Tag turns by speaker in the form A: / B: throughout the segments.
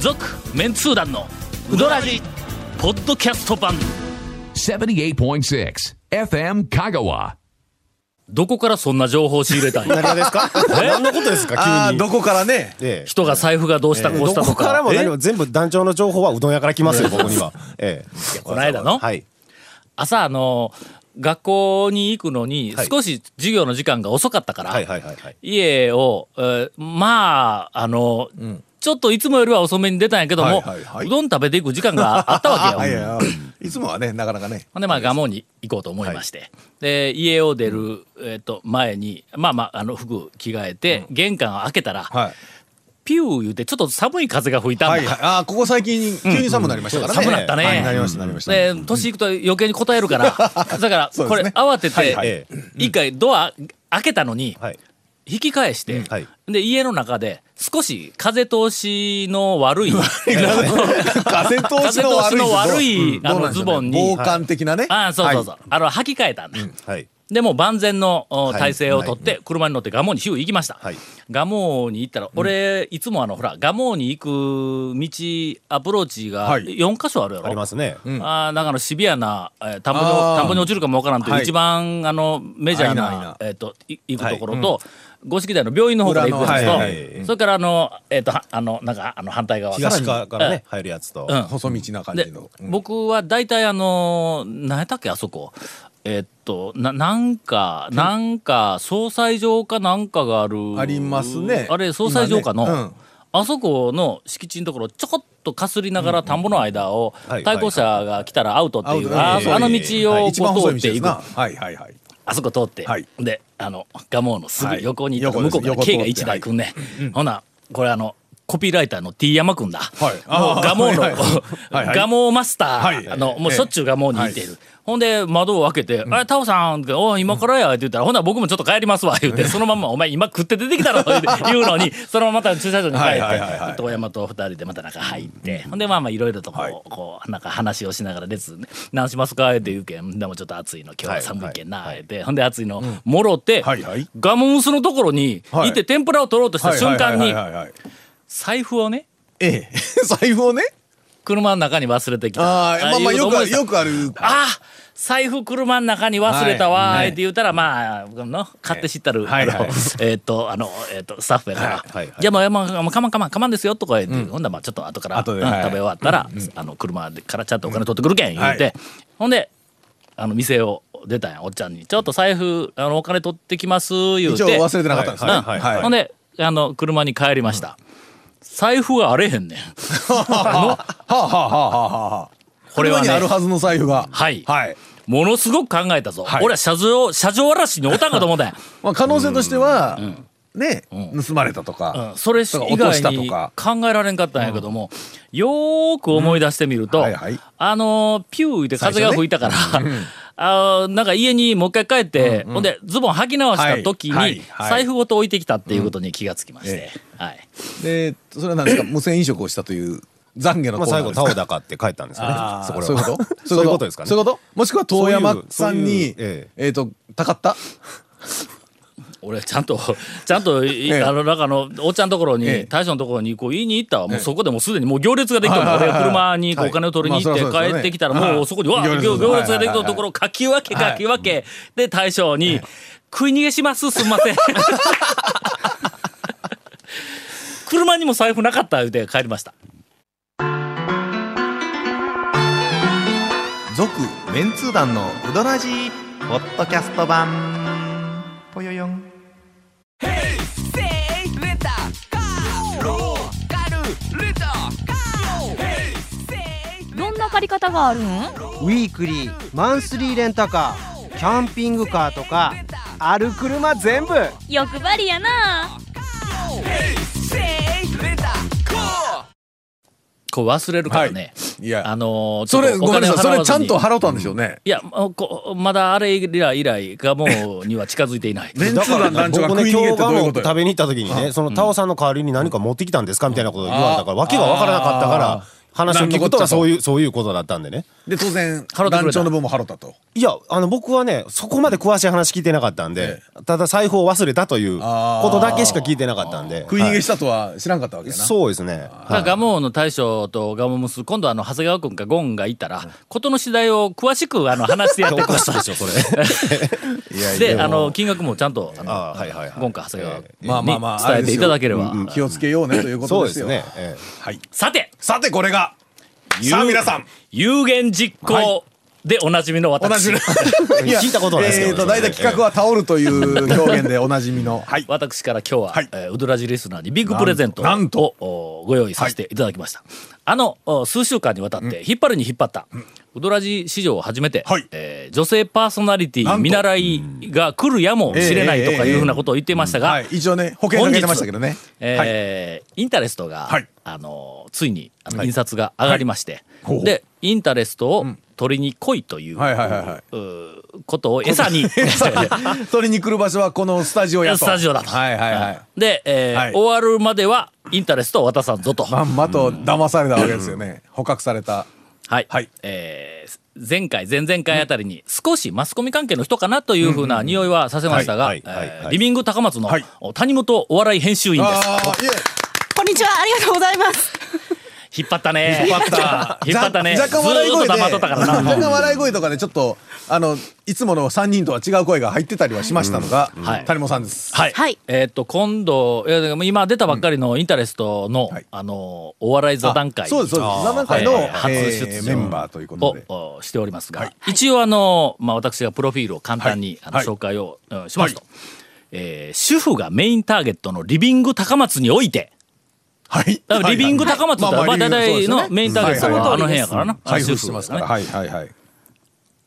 A: 続メンツー団のウドラジポッドキャスト版
B: 78.6 FM Kagawa.
A: どこからそんな情報を仕入れたんや
C: 何がです か何のことですか
D: あ
C: 急
D: あ、
C: に。
D: どこからね。
C: ええ
A: 人が財布がどうしたこうした
C: ど
A: と
C: こから
A: か
C: も何も全部団長の情報はうどん屋から来ます よ、ここには。ええ。
A: この間の
C: はい。
A: 朝あの学校に行くのに
C: はい
A: 少し授業の時間が遅かったから、
C: はいはいはいはい。
A: 家を、えーまああの、ちょっといつもよりは遅めに出たんやけども、
D: はいはいはいう
A: どん食べていく時間があったわけ よ。
D: あいやいやいつもはね、なかなかね。
A: ほんでまあ蒲生に行こうと思いまして、で家を出る、えっと前にまあまああの服着替えて、玄関を開けたら、
D: はい。
A: ピュー言うてちょっと寒い風が吹いたんだ、
D: はいはい。ああ、ここ最近、急に寒くなりましたからね。
A: うん寒なったね
D: はいなりました、なりました。
A: で年いくと余計に答える からだから
D: そう
A: こ
D: です
A: れ
D: ね
A: 慌て
C: はいはい
A: て一回ドア開けたのに
C: はい。
A: 引き返して、
C: はい
A: で家の中で少し風通しの悪い風
D: 風通しの悪い。
A: 通しの悪いあのズボンに
D: 防寒的なね。
A: ああそうそうそう、あの履き替えたんだ、
C: はい。
A: でもう万全のお
C: はい
A: 体制をとって車に乗って蒲生に週行きました、
C: はい
A: 蒲生に行ったら俺、いつもあのほら蒲生に行く道アプローチが
D: はい
A: 4箇所あるやろ、
C: ありますね。
A: あーなんかあのシビアな、えー田んぼに
D: あー
A: 田んぼに落ちるかもわからんという、
D: はい
A: 一番あのメジャーな
D: あいいないいな
A: えー、とい行くところと、五色台の病院の方から行くやつと、
D: 裏の
C: はいはいはい
A: それからあの、えー、とはあのなんかあの反対側
C: 東側から
A: うん
C: ね、入るやつと。
A: うん
D: 細道な感
A: で
D: じの。
A: 僕は大体あの何やったっけあそこえっとななんかなんか総裁場かなんかがある
D: ありますね
A: あれ総裁場かの、
D: 今ねうん
A: あそこの敷地のところちょこっとかすりながら田んぼの間を
C: はい
A: 対向車が来たらアウトっていう
D: ア
A: あ
D: ウトだ
A: あ
D: ね
A: の
D: は
A: 道
D: い
A: を
D: 一番
A: こ
D: 細
A: う通
D: い
A: って
D: 道で
A: い
D: す
A: く
D: な。はいはいはい。
A: あそこ通って、
D: はい
A: であの蒲生のすぐ横に行った
D: は
A: ら
D: い
A: 向こうから
D: 横です
A: K
D: ね
A: が1台来んね、ほなこれあのコピーライターの T 山君だ、
D: は
A: も
D: い
A: う
D: あー
A: 蒲生の、
D: はいはいはいはい
A: 蒲生マスター、
D: はい
A: あのもうしょっちゅう蒲生にいている、
D: は
A: ほんで窓を開けて「あれタオさん」って「おい今からや」って言ったら「ほな僕もちょっと帰りますわ」言うてそのまんま「お前今食って出てきたろ」言う て言うのにそのまままた駐車場に帰
D: はいはいはい
A: っ
D: はい
A: て遠山と二人でまた中入ってほんでまあまあいろいろとこう,、
D: はい
A: こうなんか話をしながら列ね「何しますか?」って言うけんでもちょっと暑いの今日は寒いけんな」言うてほんで暑いのもろて
D: はいはい
A: ガモムスのところに
D: はい
A: 行って天ぷらを取ろうとした瞬間に
D: はいはいはいはいはい
A: 財布をね
D: ええ。 財布をね。
A: 車の中に忘れてきた
D: ああ、まあまあ、
A: いう
D: よ
A: こと思い出
D: く、
A: した
D: よくある。
A: あ財布車の中に忘れたわ
D: は
A: ー
D: い
A: って言うたら、まあの買って知ったる、
D: はい
A: あの
D: はい
A: えっとあの、えっとスタッフやから「
C: はいはい
A: じゃあもう、まあ、もうかまんかまんかまんですよ」とか言って、ほんだらまあちょっと後から
D: 後で
A: うん
D: はい
A: 食べ終わったら、あの車でからちゃんとお金取ってくるけん言うて、
D: はい
A: ほんであの店を出たんやおっちゃんに「ちょっと財布あのお金取ってきます」言う
D: 一
A: て
D: 応忘れてなかったんですね。
C: はいはいはい
A: ほんであの車に帰りました、財布があれへんねん
D: はあはあはあはあはあ。
A: これはね
D: 車にあるはずの財布が。
A: はい
D: はい。
A: ものすごく考えたぞ、
D: はい
A: 俺は車上車上荒らしにおったんかと思ったんや
D: まあ可能性としては、ね、盗まれたとか
A: うん、それ以
D: とか落とした
A: 外
D: と
A: に
D: か。
A: 考えられんかったんやけども、よーく思い出してみると、
D: うんはいはい
A: あのーピューって風が吹いたから、 あーなんか家にもう一回帰って、ほんでズボン履き直した時に、
D: はいはいはい
A: 財布ごと置いてきたっていうことに気がつきまして、
D: うんえ
A: はい、
D: で、それは何ですか無銭飲食をしたという懺悔の
C: まあ
D: コ
C: 最
D: ーナー
C: 後、
D: で
C: タ
D: すか
C: オダカって帰ったんですよね。
D: あ
C: そ
D: ー
C: こら
D: そういうこと
C: はそういうことですかね。
D: そういうこともしくは遠山さん
C: そう
D: に、
C: いうそういうえ
D: えっ、と、たかった
A: 俺ちゃんとちゃんとい、
D: ええ
A: あの中のおっちゃんのところに、
D: ええ
A: 大将のところにこう言いに行ったわもうそこでもうすでにもう行列ができたもん俺が車にこうお金を取りに行って
D: はいまあそりゃそうで
A: 帰
D: すよね
A: ってきたらもうそこにわ
D: はい
A: ー行行列ができたところかき分け
D: はい
A: かき分けで大将に「食い逃げしますすんません」車にも財布なかった言うて帰りました
E: 続メンツー団のウドラジーポッドキャスト版ぽよよん
F: どんな借り方があるん
G: ウィークリーマンスリーレンタカーキャンピングカーとかある車全部
F: 欲張りやな
A: こう忘れるからね、
D: いや
A: あのー
D: そ
A: ちょ
D: れ、
A: っと
D: ご
A: お
D: めん
A: 金
D: な
A: 払
D: さい。そ
A: わ
D: れち
A: ず
D: ゃ
A: に
D: んと払ったんでしょうね。
A: いやもうこまだあれ以来以来がもうには近づいていない
D: メンツー団団長が
C: 僕
D: 食
C: ね
D: い
C: 今日
D: 逃げってど
C: が
D: ういう
C: も
D: こ
C: う
D: と
C: 食
D: よ
C: べに行った時にねそのタオさんの代わりに何か持ってきたんですかみたいなことを言われたから訳が分からなかったから話を聞くとそういうそういうことだったんでね
D: で当
A: 払っ
D: 然
A: てくれた
D: 団長の分も払ったと
C: いやあの僕はねそこまで詳しい話聞いてなかったんで、ただ財布を忘れたということだけしか聞いてなかったんで
D: 食い逃
C: は
D: げしたとは知らんかったわけ
C: い
D: やな、
C: そうですね
A: だからガモの大将とガモムス今度あの長谷川君かゴンがいたら事の次第を詳しくあの話してやっ
C: お
A: てくだ
C: か し
A: さ
C: いで
A: い
C: しょそ れ
A: であの金額もちゃんとあの
C: あーはいはいはい
A: ゴンか長谷川
D: まあまあまあ
A: に伝えていただければ
D: うん気をつけようねというこ
C: そ
D: と
C: う
D: で
C: ですす
D: よ
C: ね、ええ
D: はい、
A: さて
D: さてこれがさあ皆さん
A: 有言実行でおなじみの
D: おなじ
A: 私
D: み
C: 聞いたことないですけど
D: えーと大体企画は「タオル」という表現でおなじみのはい
A: 私から今日は、
D: はい
A: えーウドラジリスナーにビッグプレゼント
D: なんなん
A: を
D: と
A: おご用意させていただきました、あのお数週間にわたって引っ張るに引っ張った、ウドラジ史上初めて、
D: はい
A: えー女性パーソナリテ
D: なん
A: ィ
D: と
A: 見習いが来るやもしれないとかいうふうなことを言ってましたが、
D: はい、一応ね保険かけてましたけどねはい、
A: えーインタレストが、
D: はい
A: あのついにあの印刷が上がりまして、
D: ほうほう
A: でインタレストを取りに来いという、
D: はいはいはいはいう
A: ーことを餌に
D: 取りに来る場所はこのスタジオやと
A: スタジオだと
D: はいはいはい
A: で、えー
D: はい
A: 終わるまではインタレストを渡さんぞと、
D: まんまと騙されたわけですよね捕獲された
A: はい、
D: はい
A: えー前回前々回あたりに少しマスコミ関係の人かなというふうな匂いはさせましたが
C: はいはい
A: えー
C: はい
A: リビング高松の
D: はい
A: 谷本お笑い編集員です
D: ああいえ
H: こんにちは、ありがとうございます。
A: 引っ張ったね
D: 引っ張った。
A: 引っ張ったね
D: じゃ若干笑い声で。
A: ずーっと黙っとったからな
D: 若干笑い声とかでちょっと、あの、いつもの3人とは違う声が入ってたりはしましたのが、
A: はい
D: 谷本さんです。
A: はい、
H: はい
A: えーっと今度いやでも今出たばっかりのインタレストの、
D: はい
A: あのお笑い座談会
D: あそうです、そうです。座談会の
A: はい初
D: え
A: 出
D: ー
A: 場
D: メンバーということ
A: を
D: で。
A: おしておりますが、一応あの、まあ、私がプロフィールを簡単に、
D: はい
A: あの
D: はい
A: 紹介を、うんしますと、えー主婦がメインターゲットのリビング高松において
D: はい
A: だからリビング高松だったら、まあ、大体のメインターゲットはあの辺やからな、
D: 配
A: 主
D: 布
A: 婦
D: してます
A: が
D: か
A: ね
D: ら。はいはいはい。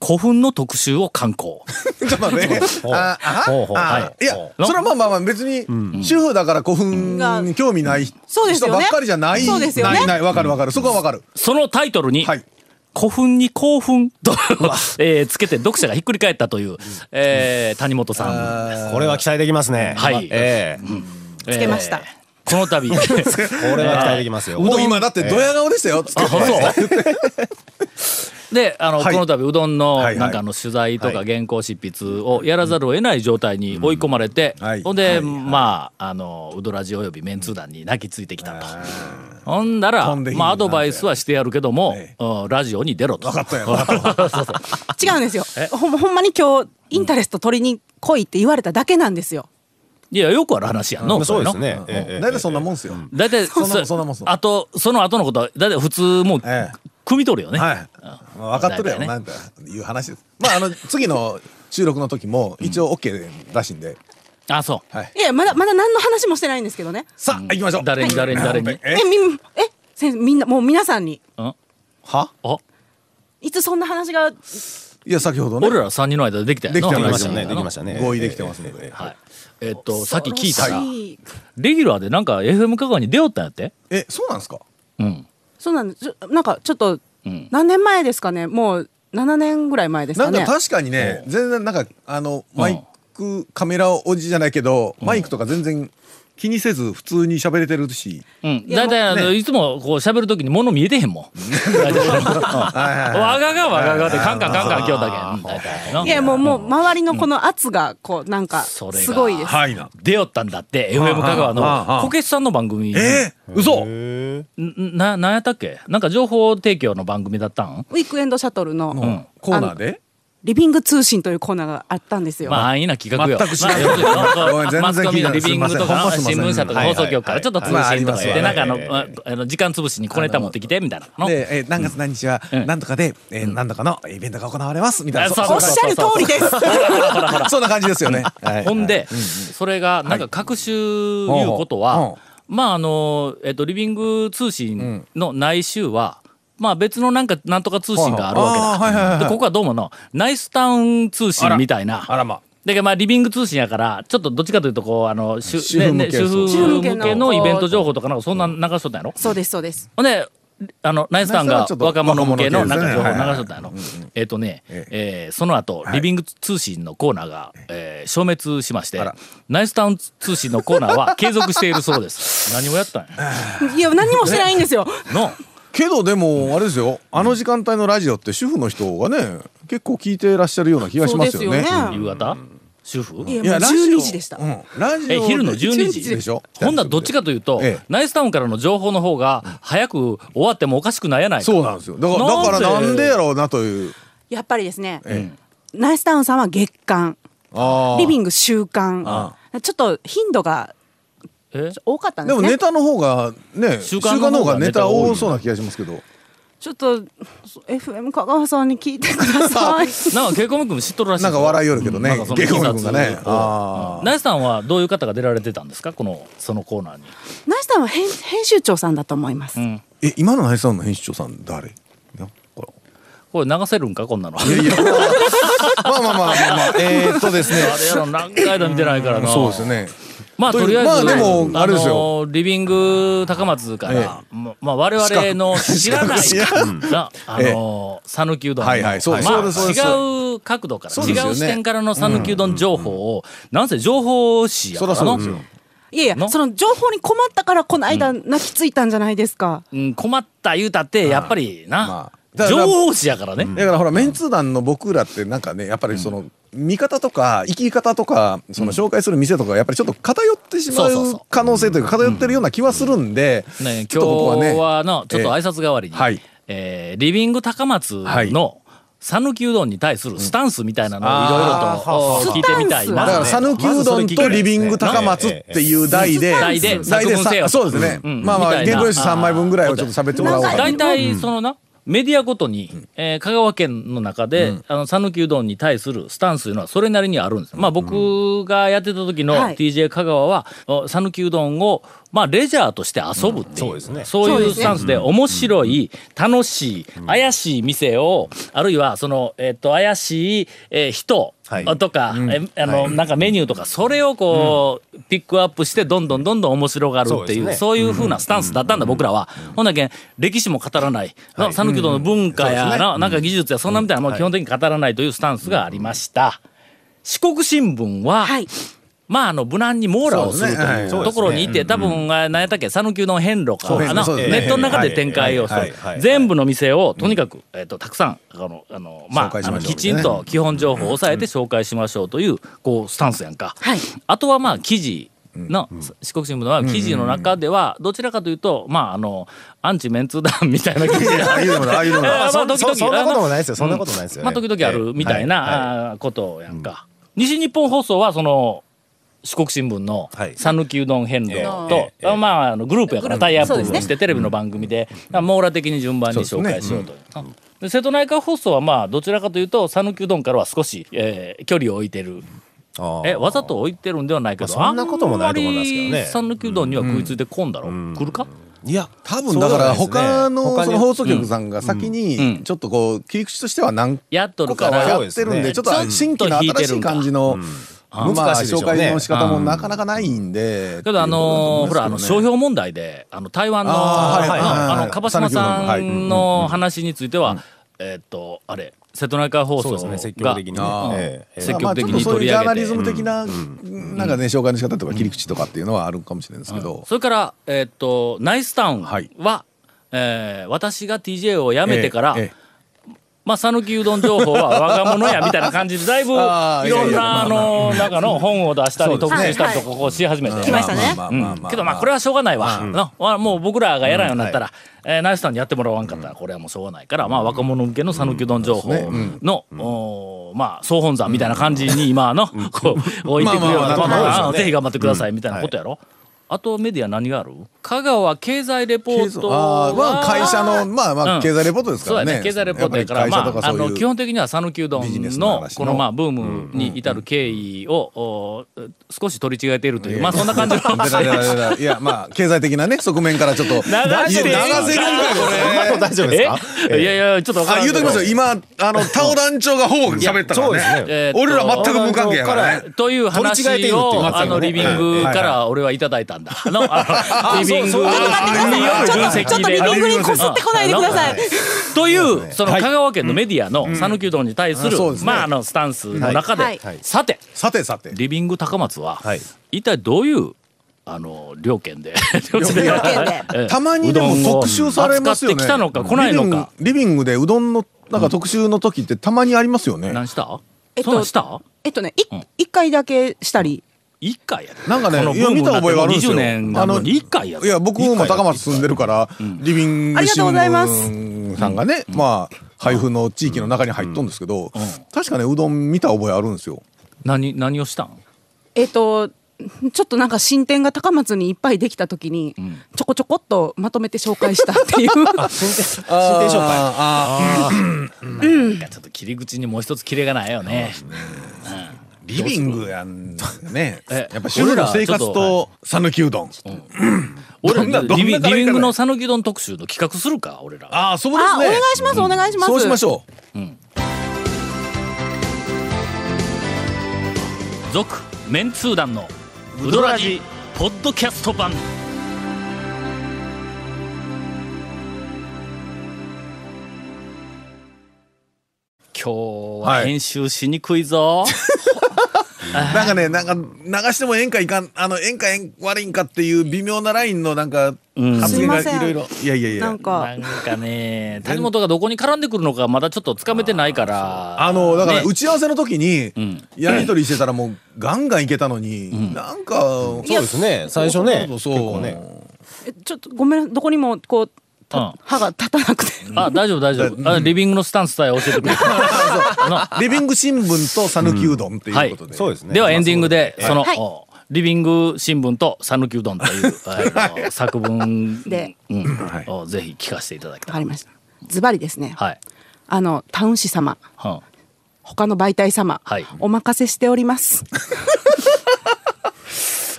A: 古墳の特集を刊行
D: ちょっと待っ てね。ああ
C: ほうほう
D: あ
C: はい
D: いや、それはまあまあまあ別に、主婦だから古墳に興味ない人
H: そうですよ
D: ばっ
H: ね
D: かりじゃない。
H: そうですよね
D: ないない、わかるわかる。そこはわかる。
A: そのタイトルに、
D: はい。
A: 古墳に興奮と、えーつけて読者がひっくり返ったという、えー谷本さん
C: これは期待できますね
A: はい
C: ええ
A: つ
H: けました
A: この度
C: これは期待できますよ
D: もう今だってドヤ顔でしたよ。つって
A: あそう であの、
D: はい
A: この度うどんの、
D: はいはい
A: なんかあの取材と
C: は
A: か
C: い
A: 原稿執筆をやらざるを得ない状態に追い込まれて、
D: はい
A: ほんで、
D: はいはい
A: まああのうどらじおよびメンツー団に泣きついてきたと。ほんだら
D: 飛んでいい
A: まあ、アドバイスはしてやるけども、
D: え
A: うんラジオに出ろと。
D: 分かったよ。分かった
H: 違うんですよ。ほんほんまに今日、インタレスト取りに来いって言われただけなんですよ。
A: いやよくある話やんの、
C: まあそうです
A: れの
C: ねええええ
D: 大体そんなもんっすよ。
A: 大体
D: そんなも
A: そ
D: んそんなもんそう
A: あとその後のことは大体普通もう、
D: ええ
A: 組み取るよね、
D: はい。まあ分かっとるや
A: 大体ね
D: ろ、なんか、いう話です。まあ、あの、次の収録の時も、一応 OK らしいんで。
A: あそう
D: はい。
H: いや、まだ、まだ何の話もしてないんですけどね。
D: さあ、行きましょう。
A: 誰に誰に誰に
D: はい
H: え、
D: え
H: みん、え、先生、みんな、もう皆さんに、
A: うん
D: は
A: あ
H: いつそんな話が、
D: いや、先ほどね
A: 俺、ら3人の間でできたやん
D: でき
C: で
D: て
C: き
D: ま
C: ま
D: し
C: したた
D: ね
C: ねできましたね
D: 合意できてますので。
A: はいえっとさっき聞いた
H: 恐
A: ら、
H: ろしい
A: レギュラーでなんか FM 香川に出よったんやって
D: え、そうなんですか
A: うん
H: そうなんです。ちょなんか、ちょっと
A: ん、
H: 何年前ですかね。もう、7年ぐらい前です
D: な
H: か
D: んか
H: ね。
D: 確かにね、全然なんか、あの、マイク、カメラおじじゃないけど、マイクとか全然気にせず、普通に喋れてるし。
A: うん、
H: いや
A: 大体あの、
D: ね
A: いつもこう喋るときに物見えてへんもん。 大体あのわががわががでカンカンカンカン今日だけうん。大体の
H: いや、もう、もう、周りのこの圧が、こう、なんか、す
A: それが
H: ごいです。
D: はいな。
A: 出よったんだって、FM 香川
D: あああ
A: の
D: あ
A: こけしさんの番組に、
D: えー嘘
A: んな、なんやったっけなんか情報提供の番組だったん
H: ウィークエンドシャトルの、
D: のコーナーで
H: リビング通信というコーナーがあったんですよ。
A: まあ安易な企画よ。
D: 全く知らん
A: まあ要するに
D: ごめん全然
A: マスコミの
D: 聞
A: リ
D: いてない
A: ビングと
D: すいま
A: か
D: せん
A: 新聞社とか
C: はい
A: 放
C: はい
A: 送局からちょっと通
D: まああ
A: 信
D: り
A: と
D: ま
A: か
D: す
A: 言
D: よ
A: って、なんかあの
C: ええ
A: ああの時間潰しに小ネタ持ってきてみたいなの。
D: で、えー何月何日は、なんとかで、えー何とかのイベントが行われます、みたい
A: あ
D: な。
A: そう
H: おっしゃる通りです。
D: そんな感じですよ ね。はい
A: ほんで、それがなんか各週いうことは、
D: はい
A: まああの、えっと、リビング通信のない週は、まあ別のなんかなんとか通信があるわけだ。
D: あーはいはいはいはい
A: でここはどうものナイスタウン通信みたいな。
D: あらまあ。
A: だけどまあリビング通信やからちょっとどっちかというとこうあの主
D: 主婦向け
A: 主婦
H: 主婦向け
A: 向
H: の
A: けのイベント情報とかなんかそんな流しとったんやろ
H: そうですそうです。
A: ほんで、あの、ナイスタウンが
D: ナイスタウンはち
A: 若
D: ょっと
A: 者向けのなんか情報を
D: 若
A: 流
D: 者
A: し
D: 向
A: と
D: け
A: ったんやろ。えっとね、
D: え
A: えーその後、リビング通信のコーナーが、えー消滅しまして
D: あら、
A: ナイスタウン通信 のコーナーは継続しているそうです。何をやったんや。
H: いや何もしてないんですよ。
A: の、
D: けどでもあれですよあの時間帯のラジオって主婦の人がね結構聞いてらっしゃるような気がしますよね。
H: そうです
A: 夕方主婦
H: いやもう12時でした
D: う。ん、ラジオ
A: え昼の12時
D: でしょ
A: ほんならどっちかというと、
D: ええ
A: ナイスタウンからの情報の方が早く終わってもおかしくないやないか
D: そうなんですよだからだからなんでやろうなという
H: やっぱりですね、
D: ええ
H: ナイスタウンさんは月間、
D: あ
H: リビング週間、
D: あ
H: ちょっと頻度が
A: え
H: 多かったん
D: で
H: です
D: も
H: ね。
D: ネタの方がね
A: 週
D: 週
A: 刊
D: 刊
A: の方
D: の方
A: が
D: が
A: ネ
D: ネ
A: タ
D: タ
A: 多い
D: 多そうな気がしますけど
H: ちょっと FM 香川さんに聞いてく ださい。
A: なんかケイコム君知っとるらしい
D: なんか笑いよるけど
A: な
D: ね
A: んかその
D: ゲコ君が
A: いざ
D: ね
A: つを
D: あ
A: ナイスさんはどういう方が出られてたんですかこのそのコーナーに
H: ナイスタウンは編編集長さんだと思います。
D: ーえ今のナイスさんの編集長さん誰いやこれ
A: これ流せるんかこんなの
D: いやいやまあまあまあまあまあえーっとですね
A: あれやろ何回だ見てないからな
D: そうですね
A: まあとりあえず、
D: まあでもあれですよ
A: のリビング高松から、ままあ我々の知らない
D: 知ら
A: なあの讃岐うどんの、
D: はいはいそうです
A: まあ、
D: そうですそうです
A: 違う角度から、
D: そう
A: 違
D: ですよね
A: う視点からの讃岐うどん情報を、なんせ情報誌や
D: そ
A: からら
D: そ
A: の
D: うですよ
H: いやい
A: の
H: や、その情報に困ったからこの間泣きついたんじゃないですか。
A: うん、困った言うたってやっぱりな、
D: まあだか
A: 情
D: ら
A: 報誌やからね、
D: だからほらメンツー団の僕らってなんかねやっぱりその見方とか生き方とかその紹介する店とかやっぱりちょっと偏ってしま
A: そうそうそう
D: う可能性というか偏ってるような気はするんで
A: ね、
D: ちょ
A: 今
D: っとここはね
A: 日はのちょっと挨
D: え
A: 拶代わりに、え
D: えはい
A: ーリビング高松の讃岐うどんに対するスタンスみたいなのをいろいろとおー聞いてみたい
H: スタ
A: な
H: ン
D: だから讃岐うどんとリビング高松っていう題で
A: 題で
D: 題
A: 作文せよ
D: さそうですね
A: うん
D: まあま
A: み
D: あ
A: たいな
D: 原稿用紙3枚分ぐらいをちょっと喋ってもらおうかな
A: 大体そのな、メディアごとに、えー香川県の中で、あの、讃岐うどんに対するスタンスというのはそれなりにあるんですよ。まあ僕がやってた時の
H: はい
A: TJ 香川は、お讃岐うどんを、まあレジャーとして遊ぶっていう、そう
C: ですね
A: いうスタンスで、面白い、楽しい、怪しい店を、あるいはその、えっと、怪しい、えー人、
C: はい
A: とか、えあの、なんかメニューとか、それをこう、ピックアップして、どんどんどんどん面白がるっていう、
C: そうですね
A: そういうふうなスタンスだったんだ、僕らは。ほんだけん、歴史も語らない、な讃岐うどんの文化や、ななんか技術や、そんなみたいなもう基本的に語らないというスタンスがありました。四国新聞は、
H: はい。
A: まあ、あの、無難に網羅をすると
D: そうですね
A: い
D: は
A: う
D: い
A: ところにいて、多分、あ何やったっけ、讃岐うどん遍路か、
D: そうです
A: あ
D: ね
A: の
D: そうです
A: ネ
D: ね
A: ットの中で展開をす
C: はい
A: る
C: はいはいは。い
A: 全部の店を、とにかく、えっと、たくさん、あの、あの、まあ
D: 紹、介
A: あ
D: し
A: の
D: ましょう
A: きちんと基本情報を抑えて紹介しましょうという、こう、スタンスやんか。
H: はい。
A: あとはまあ記事の、四国新聞のは記事の中ではどちらかというと、まああのアンチメンツ団みたいな記 事が
D: ああいうのもああいうのも
A: えー まあ
C: そん
A: 時々
C: そんなこともないですよ
A: あの
C: そんなことないですよね
A: まあ時々あるみたい
C: ええはい
A: なあーことやんか。西日本放送はその四国新聞の
C: はい
A: 讃岐うどん遍路
C: えええ
A: と、まあ、あのグループやからタイアップ
H: そう
A: を
H: で
A: し
H: す
A: てテレビの番組で網羅的に順番に紹介しようという。で瀬戸内海放送はまあどちらかというと讃岐うどんからは少し、えー距離を置いてる
C: あー
A: えわざと置いてるんではないけど、
C: まあそんなこともないと思いますけどね
A: あんまり讃岐うどんには食いついてこんだろ、来るか
C: いや
D: 多分だから他
C: そう
D: の
C: です
D: そ
C: ね
D: の放送局さんが先
A: うん
D: にちょっとこう切り口としては何
A: やっとる
D: 個
A: か
D: からは
C: そ
D: や
C: う
A: ら
C: で
D: っ
C: す
D: て
C: ね
D: るんでちょっと新規の新しい感じのまあ
C: 難しいでしょうね
D: 紹介の仕方もなかなかないんで
A: けどあのーほらあの商
D: 品
A: 標問題であの台湾の
D: あーはいはいはい
A: あ
D: はい
A: の樺島さ
D: 讃岐うど
A: ん
D: んの
A: の話については、えーっとあれ瀬戸内海放
C: そう
A: 送
C: ですね積
A: が
C: 極的にね
D: あ
C: え
D: ー
C: えええ
A: 積極的に
D: まあちょっとそうい
A: 取
D: う
A: り上げて
D: ジャーナリズム的ななんかね紹介の仕方とか切り口とかっていうのはあるかもしれないですけど
A: それから、えーっとナイスタウンは、
D: はい
A: えー私が TJ を辞めてから、
D: ええええ
A: まあ、讃岐うどん情報は我が物やみたいな感じで、だいぶ、い
D: あー
A: ろん
D: いやいやま
A: な、
D: あ
A: あの、中の本を出したり、
D: そう
A: 特
D: ですね
A: 集したりとか、こうし始めて。
H: 来ましたね
D: まあ
A: うん
D: まあまあまあ
A: けどまあこれはしょうがないわ、なまあもう僕らがやらんようになったら、えーナイスさんにやってもらわんかったらこれはもうしょうがないから、まあ若者向けの讃岐うどん情報の、おーまあ総本山みたいな感じに今の、こう置いていくような
D: まあまあまあ
A: まあ
C: まあ
A: ぜひ頑張ってくださいみたいなことやろ、あとメディア何がある香川経済レポートは
D: あーまあ会社のまあま
A: う
D: あ
A: ん
D: 経済レポートです
A: そう
D: か
A: や
D: らね
A: ね経済レポートやから
D: やっぱり会社
A: ま
D: と
A: あ
D: か
A: あ
D: そういう
A: の基本的には讃岐うど
D: ビジネ
A: ん
D: スの
A: の
D: 話
A: こ
D: の
A: のまあブームに至る経緯をお少し取り違えているというまあそんな感じの
D: だ だだだだいやまあ経済的なね側面からちょっと流
A: していいんか
D: せるん かいこれ
C: 今の大丈夫ですか
A: えいやいやちょっとわから
D: あ
A: ん
D: 言
A: け
D: う
A: ど
D: ときますよ今あのタオ団長がほぼ喋ったからね
C: そうです
A: えーと
D: 俺ら全く無関係やからね
A: という
C: 取り違え
A: 話
C: ているっていう
A: を
C: 話
A: あのリビングから俺はいただいたんだのあのリビングによる分析で
H: ちょっとリビングにこすってこないでください。
A: というその香川県のメディアの讃岐うどんに対する
D: あそうですね
A: まああのスタンスの中
H: は
A: で
H: いは
A: さて
D: さてさて
A: リビング高松は、
C: はい
A: 一体どういうあの両県 で
D: 両
H: 県で
A: ええ
D: たまにでも
A: うどんを
D: 特集されますよ
A: 扱
D: ね
A: ってきたのか来ないのか
D: リビングリビングでうどんのなんか特集の時ってたまにありますよね、
A: 何した
H: えっ
A: そ
H: と
A: んなんした
H: えっとねい
A: うん
H: 一回だけしたり
A: 一回やで
D: なんかね
A: この
D: いや
A: 文具
D: 見た覚えがあるんですよ
A: 20年なのに一回やで
D: いや僕も高松住んでるからリビング新聞さんがねまあ配布の地域の中に入っとんですけど確かねうどん見た覚えあるんですよ
A: 何何をしたん
H: えっとちょっとなんか進展が高松にいっぱいできた時に、ちょこちょこっとまとめて紹介したっていう
C: 進展紹介。
A: いやちょっと切り口にもう一つ切れがないよね
D: リビングやんね
A: え
D: やっぱ主婦の生
A: 俺
D: 活
A: らちょ
D: と讃岐うどん
A: 俺
D: どんなどんな
A: リビ
D: 誰から
A: リビングの讃岐うどん特集の企画するか俺ら
D: ああそうで
H: あ
D: す
H: お
D: ね
H: 願いしますお願いします
D: そうしましょ
A: 続メンツー団のウドラジポッドキャスト版今日は
D: はい
A: 編集しにくい ぞ、
D: うなんかねなんか流しても演歌いかんあの演歌悪いんかっていう微妙なラインのなんか発言がいろいろいやいやい
H: な
D: や
H: んか
A: なんかね谷本がどこに絡んでくるのかまだちょっとつかめてないから
D: あのだから
A: ね
D: 打ち合わせの時に
A: ん
D: やり取りしてたらもうガンガンいけたのに、なんか、
C: そうですね。最初ね。
D: そう
C: 結
D: そう
C: 構ね。
H: えちょっとごめんどこにもこうた
A: うん
H: 歯が立たなくて
A: あ大丈夫大丈夫、あリビングのスタンスさえ教えてくれな
D: リビング新聞と讃岐うどんっていうことで、
C: そうですね。
A: ではエンディングで、
C: まあ
A: その、
H: はい
A: おリビング新聞と讃岐うどんという、あの作文
H: で
A: うんをぜひ聞かせていただき
H: わ
A: たい。
H: かりましたズバリですね、
A: はい。
H: あのタウン氏様
A: はん
H: 他の媒体様、
A: はい
H: お任せしております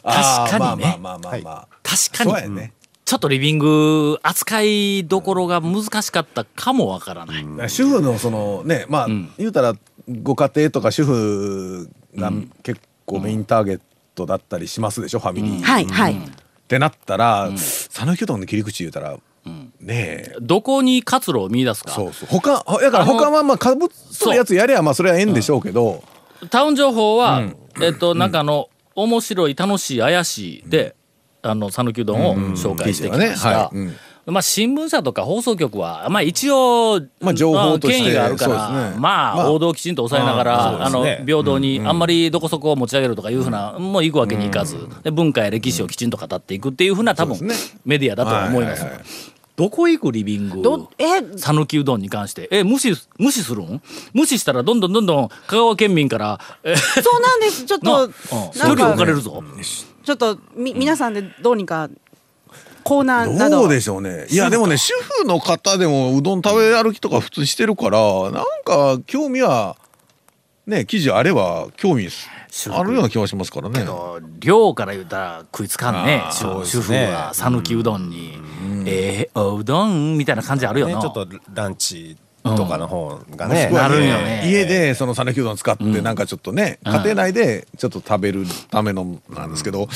D: あー
A: 確かにね
D: まあまあまあまあまあ、
A: 確
D: そう
A: か
D: や
A: に、
D: ね、
A: ちょっとリビング扱いどころが難しかったかもわからない。
D: 主婦のそのねまあ、言うたらご家庭とか主婦が結構メインターゲットだったりしますでしょ、ファミリー、
H: はいはい、
D: ってなったら讃岐うどんの切り口言うたら、ねえ
A: どこに活路を見出すか。
D: そうそう他ほやから
A: あの
D: 他はまあかぶっとるやつやりゃまあそれはええんでしょうけど、
A: タウン情報は、えっと、なんかあの、面白い、楽しい、怪しいで、あの、讃岐うどんを紹介してきま
D: 記
A: し
D: 事は
A: た
D: ねはい。
A: まあ、新聞社とか放送局は、まあ、一応、
D: まあ情報として
A: まあ権威があるか
D: そうです
A: ら、
D: ね
A: ま
D: ま
A: あ、
D: あ
A: 王道をきちんと抑えなが
C: あ
A: ら、あ
C: あそう
A: の
C: ですね、
A: 平等に、あんまりどこそこを持ち上げるとかいうふうな、もう行くわけにいかず、で文化や歴史をきちんと語っていくっていうふうな、多分
D: そうですね、
A: メディアだとは思います
D: はいはいはい。
A: どこ行くリビング
H: どえ
A: 讃岐うどんに関して、え、無視、無視するん無視したらどんどんどんどん香川県民から、 え
H: そうなんですちょっ
A: な、う
H: と
A: ん
H: な
A: 一人
H: ん
A: 置か
H: か
A: れるぞ。
H: ちょっとみ皆さんでどうにかコーナーなど
D: どうでしょうねいやでもね主婦の方でもうどん食べ歩きとか普通にしてるからなんか興味はね記事あれば興味す
A: 主婦
D: あるような気はしますからね
A: 量から言うたら食いつかんね主
C: そうです
A: 主
C: ね
A: 婦は讃岐うどんに、えー、おうどんみたいな感じあるよ
C: ね
A: な、
C: ちょっとランチとかの方が
D: もし
C: ね。
D: くは
A: なるんよね
D: ね家でその讃岐うどん使ってなんかちょっとね、家庭内でちょっと食べるためのなんですけど、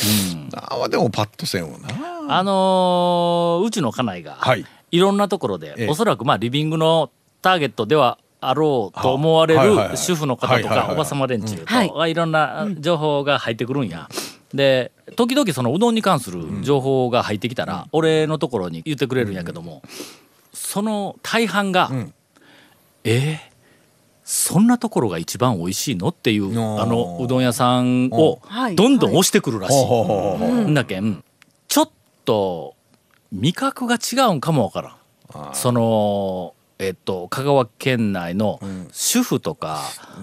D: ああでもパッとせんわな
A: あのーうちの家内が、
D: はいい、
A: ろんなところで、
D: ええ
A: おそらくまあリビングのターゲットではあろうと思われ
D: あはいはいは
A: る
D: い
A: 主婦の方
D: はい
A: と
D: はいは
A: か
D: いはい
A: おばさま連中と
H: はい
A: がいろんな情報が入ってくるんや。で時々そのうどんに関する情報が入ってきたら、俺のところに言ってくれるんやけども、その大半が「えーそんなところが一番美味しいの?」っていう
D: おー
A: あのうどん屋さんを
H: はい
A: どんどん押してくるらしい。
D: ほうほうほうほうん
A: だけんちょっと味覚が違うんかもわからんそのえっと香川県内の主婦とか、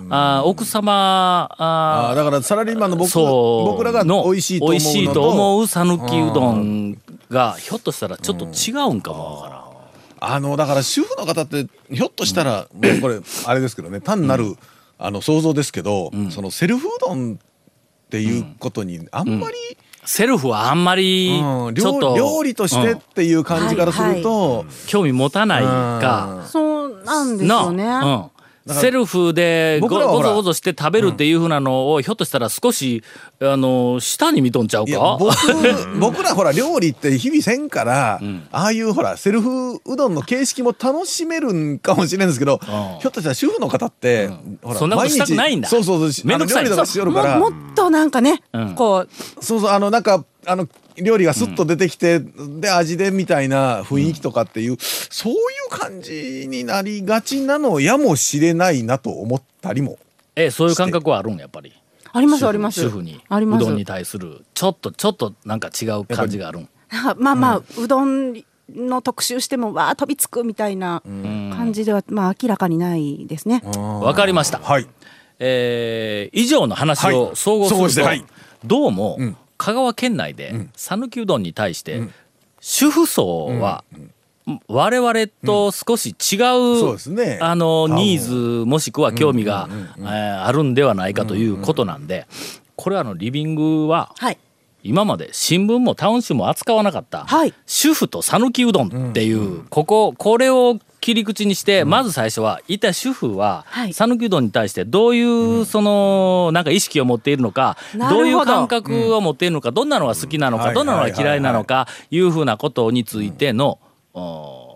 A: あー奥様
D: ああ
A: あー
D: だからサラリーマンの僕ら
A: そう
D: 僕らが
A: の
D: 美味しいと思うの
A: 美
D: と
A: 味しいと思う讃岐うどんがひょっとしたらちょっと違うんかもわからん。
D: あのだから主婦の方ってひょっとしたら、まあこれあれですけどね単なる、あの想像ですけど、そのセルフうどんっていうことにあんまり、
A: セルフはあんまり
D: うん
A: ちょっと、
D: 料料理として
A: う
D: っ
A: ん
D: ていう感じからすると、
A: 興味持たないか、
H: そうなんですよね、
A: なうん、セルフでご
D: 僕らは
A: ご
D: ほら
A: ぞごぞして食べるっていうふうなのを、ひょっとしたら少しあの下に見とんちゃう
D: いや
A: か
D: 僕僕らほら料理って日々せんから、ああいうほらセルフうどんの形式も楽しめるんかもしれんですけど、ひょっとしたら主婦の方って、ほら
A: そんなことしたくないんだ
D: 毎日そうそうそう
A: めんどくさい
D: あの料理とかしよるから
H: ももっとなんかね、
A: ん
H: こう
D: そうそうあのなんかあの料理がスッと出てきて、で味でみたいな雰囲気とかっていう、そういう感じになりがちなのやもしれないなと思ったりも
A: えそういう感覚はあるんやっぱり
H: ありますあります
A: 主婦に
H: ありま
A: う
H: す
A: どんに対するちょっとちょっとなんか違う感じがあるん
H: あ まあまあ、うどんの特集してもわあ飛びつくみたいな感じでは、まあ明らかにないですね、
A: わかりました、
D: はい
A: えー以上の話
D: は
A: を
D: い
A: 総合すると、
D: 総合してはい
A: どうも、
D: ん
A: 香川県内で讃岐、うどんに対して、主婦層は、我々と少し違う,、
D: そうですね
A: あの
D: 多分
A: ニーズもしくは興味が、えーあるんではないかということなんで、これはあのリビングは
H: はい
A: 今まで新聞もタウン誌も扱わなかった、
H: はい
A: 主婦と讃岐うどんっていう、こここれを切り口にして、まず最初は一体主婦は
H: はい
A: 讃岐うどんに対してどういう、そのなんか意識を持っているのか
H: なるほど
A: ういう感覚を持っているのか、どんなのが好きなのか、
D: うん
A: どんなのが嫌いなのかいうふうなことについての、おー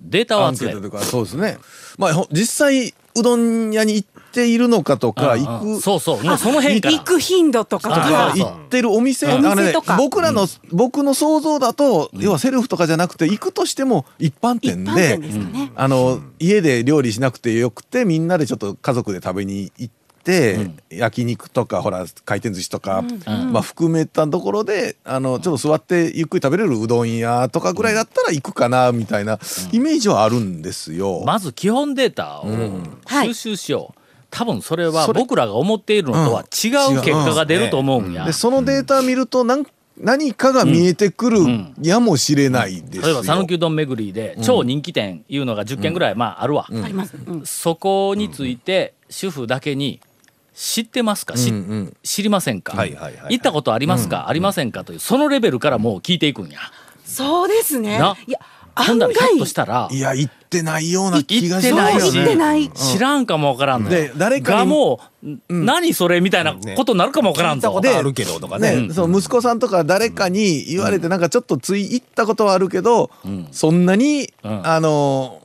A: データ
D: ア
A: を
D: ン
A: 集
D: ケ
A: め
D: ート
A: る。
D: とかそうですねまあほ実際うどん屋に行っているのかとか
A: うん
D: 行
A: うん
D: く
A: そうそうもうその辺から
H: 行く頻度とか
A: あそう
D: が
A: そう
D: 行ってるお店
H: うん
D: あの
H: お
D: ね
H: 店とか
D: 僕らの、僕の想像だと、要はセルフとかじゃなくて行くとしても一般
H: 一
D: 店
H: 般
D: で
H: 店ですかね、
D: あの、家で料理しなくてよくてみんなでちょっと家族で食べに行って、焼肉とかほら回転寿司とか、まあ、含めたところであのちょっと座ってゆっくり食べれるうどん屋とかぐらいだったら行くかなみたいなイメージはあるんですよ。
A: まず基本データを収集しよう、多分それは僕らが思っているのとは違
D: うん
A: う結果が出ると思うんや、
D: でそのデータ見ると何何かが見えてくるやもしれないです
A: 例え
D: よ。
A: ば讃岐うどん巡りで超人気店いうのが10軒ぐらいまああるわ、
H: あります、うん
A: そこについて主婦だけに知ってますか、知
D: うんうん
A: 知りませんか、
D: はいはいはいはい
A: 行ったことありますか、ありませんかというそのレベルからもう聞いていくんや。
H: そうですね
A: ない
H: や
A: ほんな
H: 案外
A: らひょっとしたら
D: いや行ってないような気がし
A: 行
D: ます
A: ら
D: よ
H: そう
D: ね。
H: 知ってない、
A: 知らんかもわからんの
D: で誰かに
A: がもう、何それみたいなことになるかもわからんぞ。
C: ことあるけどとかね。
D: ね、その息子さんとか誰かに言われてなんかちょっとつい行ったことはあるけど、そんなに、
A: ん
D: あの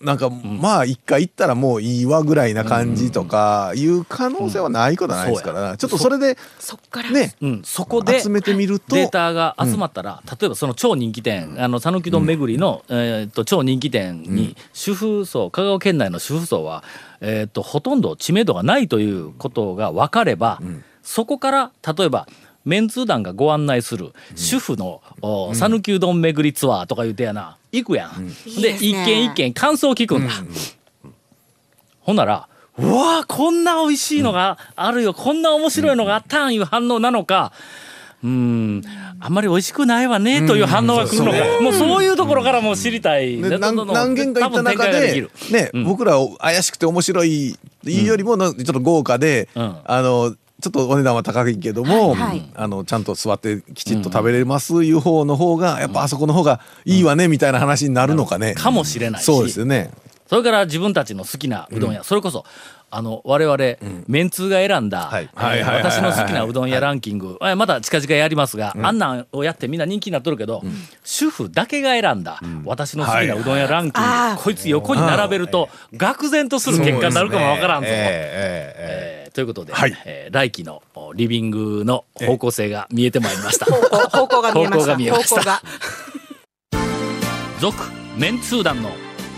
D: なんか、まあ一回行ったらもういいわぐらいな感じとかいう可能性はないことはないですから、
A: うん
D: ちょっとそれで
H: そっから、
D: ね
A: うん、そこで
D: 集めてみると
A: データが集まったら、例えばその超人気店あの讃岐うどん巡りの、えーっと超人気店に主婦層香川県内の主婦層は、えーっとほとんど知名度がないということが分かれば、そこから例えばメンツー団がご案内する主婦のお讃岐、うどん巡りツアーとかいうてやな行くやん。
H: いい
A: で
H: ですね
A: 一軒一軒感想を聞くんだ。ほんなら、うわあ、こんな美味しいのがあるよ、こんな面白いのがあったんいう反応なのか、うーん、あんまり美味しくないわねという反応が来るのか、もうそういうところからもう知りたい。
D: で
A: どん
D: 何
A: どんどん
D: 何軒か行った中
A: 多分展開がき
D: で
A: る
D: ね、僕らを怪しくて面白いっていうよりも、なんかちょっと豪華で、
A: うん
D: あのちょっとお値段は高いけども、
H: はいはい
D: あのちゃんと座ってきちっと食べれますいう方の方がやっぱあそこの方がいいわねみたいな話になるのかね。
A: かもしれないし、
D: そうですよね。
A: それから自分たちの好きなうどん屋、それこそ、あの、我々、メンツーが選んだ、
C: はい
A: えー
D: はいはいはいはい
A: 私の好きなうどん屋ランキング、えーまた近々やりますが、あんなんをやってみんな人気になっとるけど、主婦だけが選んだ、私の好きなうどん屋ランキング、
H: はいあー
A: こいつ横に並べると、愕然とする結果になるかもわからんぞ。
C: ええええええ
A: えーということで、
D: はい
A: えー来期のおリビングの方向性が見えてまいりました。
H: 方向 方向が見えました
A: 方向が見えました
H: 方向が
A: 続メンツー団の